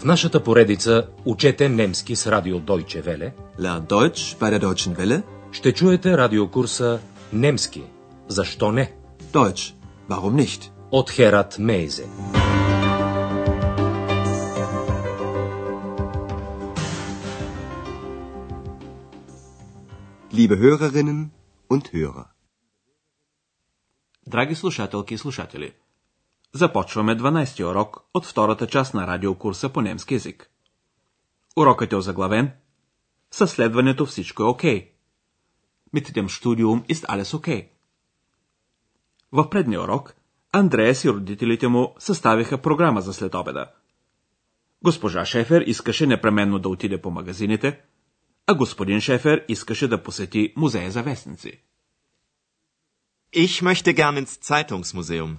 В нашата поредица Учете немски с радио Дойче Веле Lern Deutsch bei der Deutschen Welle. ще чуете радиокурса Немски. Защо не? Deutsch. Warum nicht? От Херат Мейзе. Liebe Hörerinnen und Hörer. Драги слушателки и слушатели, започваме 12-ти урок от втората част на радиокурса по немски язик. Урокът е озаглавен Със следването всичко е окей. Okay. Mit dem Studium ist alles okay. В предния урок Андреас и родителите му съставиха програма за следобеда. Госпожа Шефер искаше непременно да отиде по магазините, а господин Шефер искаше да посети музея за вестници. Ich möchte gern ins Zeitungsmuseum.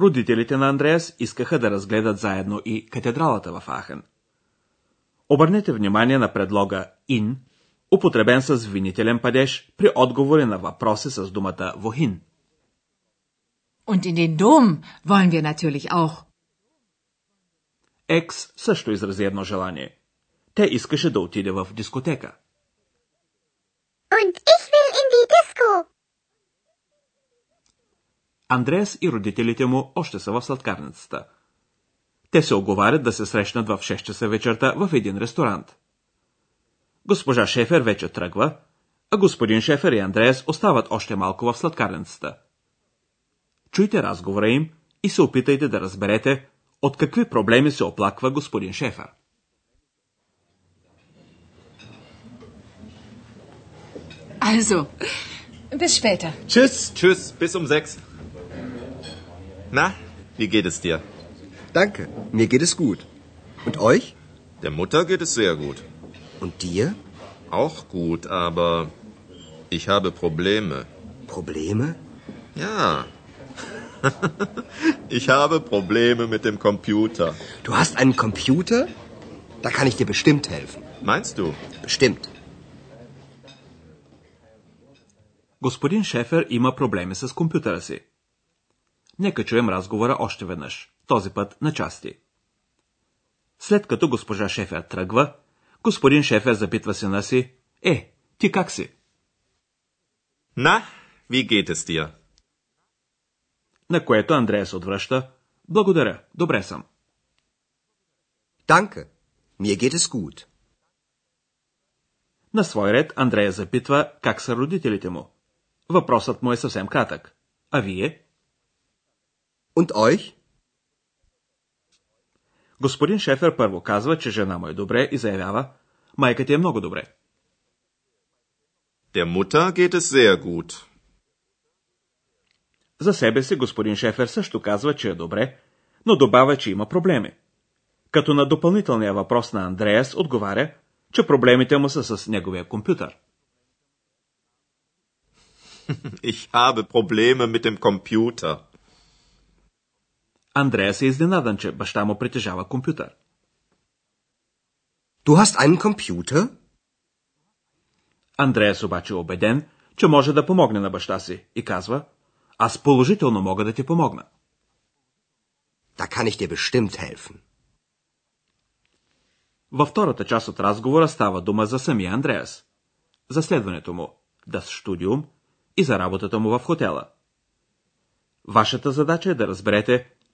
Родителите на Андреас искаха да разгледат заедно и катедралата в Ахен. Обърнете внимание на предлога «in», употребен с винителен падеж при отговори на въпроси с думата «вохин». Und in den Dom wollen wir natürlich auch. Екс също изрази едно желание. Те искаше да отиде в дискотека. Und ich will in die Disco. Андреас и родителите му още са в сладкарницата. Те се оговарят да се срещнат в 6 часа вечерта в един ресторант. Госпожа Шефер вече тръгва, а господин Шефер и Андреас остават още малко в сладкарницата. Чуйте разговора им и се опитайте да разберете от какви проблеми се оплаква господин Шефер. Also, bis später. Tschüss, tschüss, bis um sechs. Na, wie geht es dir? Danke, mir geht es gut. Und euch? Der Mutter geht es sehr gut. Und dir? Auch gut, aber ich habe Probleme. Probleme? Ja. ich habe Probleme mit dem Computer. Du hast einen Computer? Da kann ich dir bestimmt helfen. Meinst du? Bestimmt. Господин Шефер има проблеми с компютъра си. Нека чуем разговора още веднъж, този път на части. След като госпожа Шефер тръгва, господин Шефер запитва сина си «Е, ти как си?» Na, wie geht es dir? На което Андреас отвръща «Благодаря, добре съм». Danke, mir geht es gut. На свой ред Андрея запитва как са родителите му. Въпросът му е съвсем кратък. А вие? Und euch? Господин Шефер първо казва, че жена му е добре и заявява «Майка ти е много добре». Der Mutter geht es sehr gut. За себе си господин Шефер също казва, че е добре, но добавя, че има проблеми. Като на допълнителния въпрос на Андреас отговаря, че проблемите му са с неговия компютър. Ich habe Probleme mit dem Computer. Андреас е изненадан, че баща му притежава компютър. Du hast einen Computer? Андреас обаче е убеден, че може да помогне на баща си и казва «Аз положително мога да ти помогна». Da kann ich dir bestimmt helfen. Във втората част от разговора става дума за самия Андреас, за следването му, да с студиум и за работата му в хотела. Вашата задача е да разберете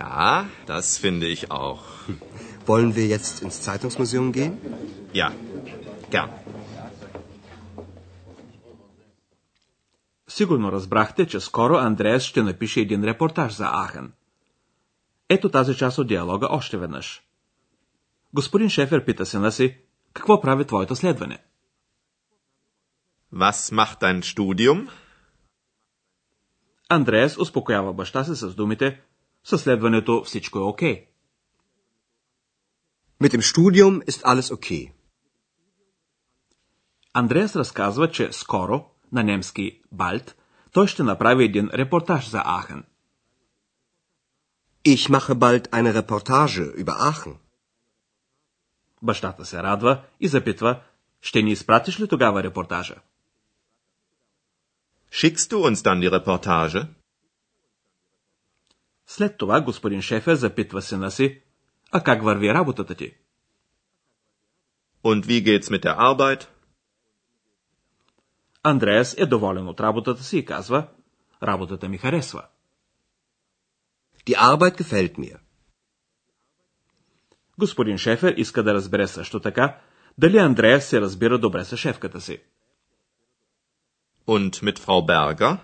Ja, das finde ich auch. Wollen wir jetzt ins Zeitungsmuseum gehen? Ja, gern. Сигурно разбрахте, че скоро Андреас ще напише един репортаж за Ахен. Ето тази част от диалога още веднъж. Господин Шефер пита сина си, какво прави твоето следване? Was macht dein Studium? Андреас успокоява баща си с думите, със следването всичко е окей. Mit dem Studium ist alles okay. Андреас разказва, че скоро, на немски Бальт, той ще направи един репортаж за Ахен. Ich mache bald eine Reportage über Aachen. Бащата се радва и запитва, ще ни изпратиш ли тогава репортажа? Schickst du uns dann die Reportage? След това господин Шефер запитва сина си, а как върви работата ти? Und wie geht's mit der Arbeit? Андреас е доволен от работата си и казва, работата ми харесва. Die Arbeit gefällt mir. Господин Шефер иска да разбере също така, дали Андреас се разбира добре с шефката си. Und mit Frau Berger?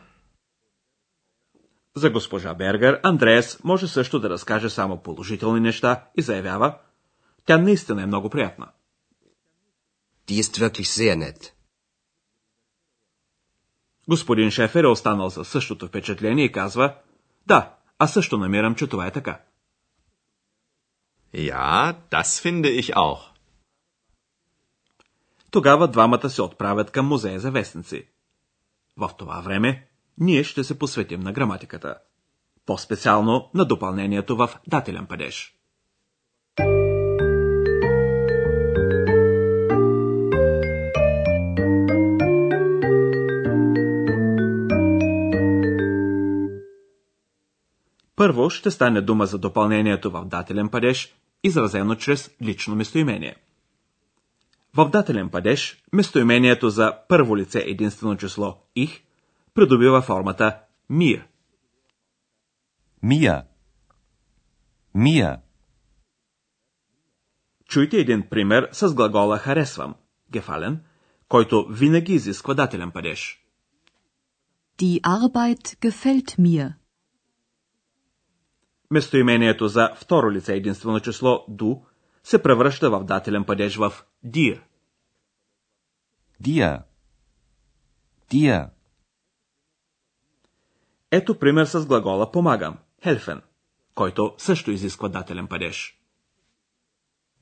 За госпожа Бергер, Андреас може също да разкаже само положителни неща и заявява, тя наистина е много приятна. Die ist wirklich sehr nett. Господин Шефер е останал със същото впечатление и казва, да, аз също намирам, че това е така. Ja, das finde ich auch. Тогава двамата се отправят към музея за вестници. В това време ние ще се посветим на граматиката. По-специално на допълнението в дателен падеж. Първо ще стане дума за допълнението в дателен падеж, изразено чрез лично местоимение – в дателен падеж местоимението за първо лице единствено число их придобива формата мир. Mir. Mir. Чуйте един пример с глагола харесвам, гефален, който винаги изисква дателен падеж. Die Arbeit gefällt mir. Местоимението за второ лице единствено число ду се превръща в дателен падеж в dir. Dir. Dir. Ето пример с глагола помагам, helfen, който също изисква дателен падеж.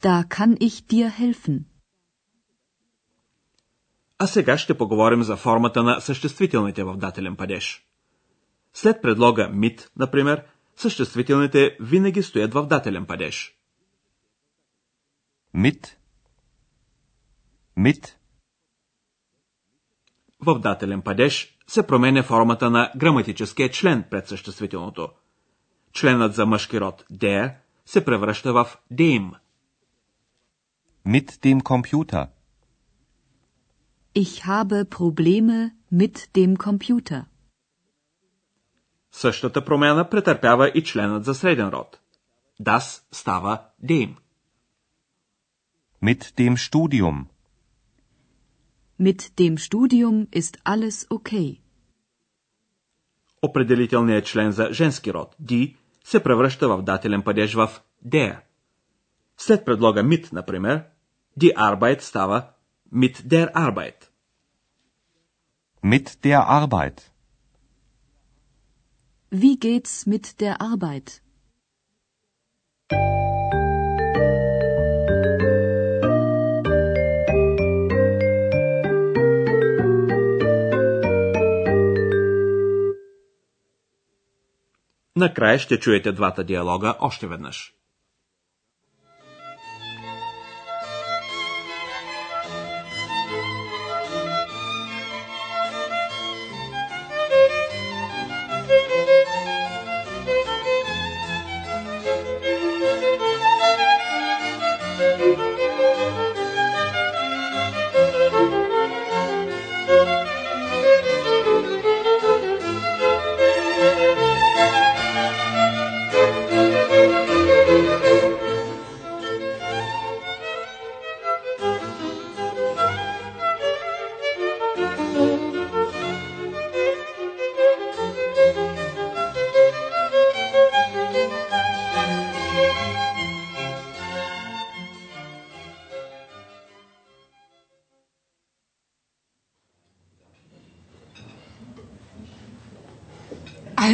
Da kann ich dir helfen. А сега ще поговорим за формата на съществителните в дателен падеж. След предлога mit, например, съществителните винаги стоят в дателен падеж. Mit. Mit. В дателен падеж се променя формата на граматическия член пред съществителното. Членът за мъжки род der се превръща в dem. Mit dem Computer. Ich habe Probleme mit dem Computer. Същата промяна претърпява и членът за среден род. Das става dem. Mit dem Studium. Mit dem Studium ist alles okay. Определителният член за женски род die се превръща в дателен падеж в der. След предлога mit, например, die Arbeit става mit der Arbeit. Mit der Arbeit. Wie geht's mit der Arbeit? Накрая ще чуете двата диалога още веднъж.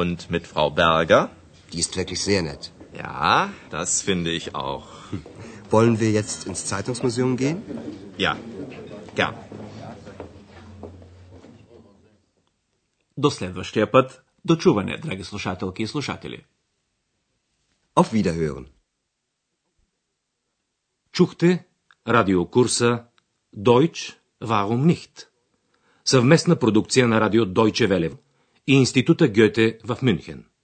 Und mit Frau Berger? Die ist wirklich sehr nett. Ja, das finde ich auch. Wollen wir jetzt ins Zeitungsmuseum gehen? Ja, gern. До следващия път, до чуване, драги слушателки и слушатели. Auf Wiederhören. Чухте радиокурса Deutsch, warum nicht? Съвместна продукция на радио Deutsche Welle и Института Гьоте в Мюнхен.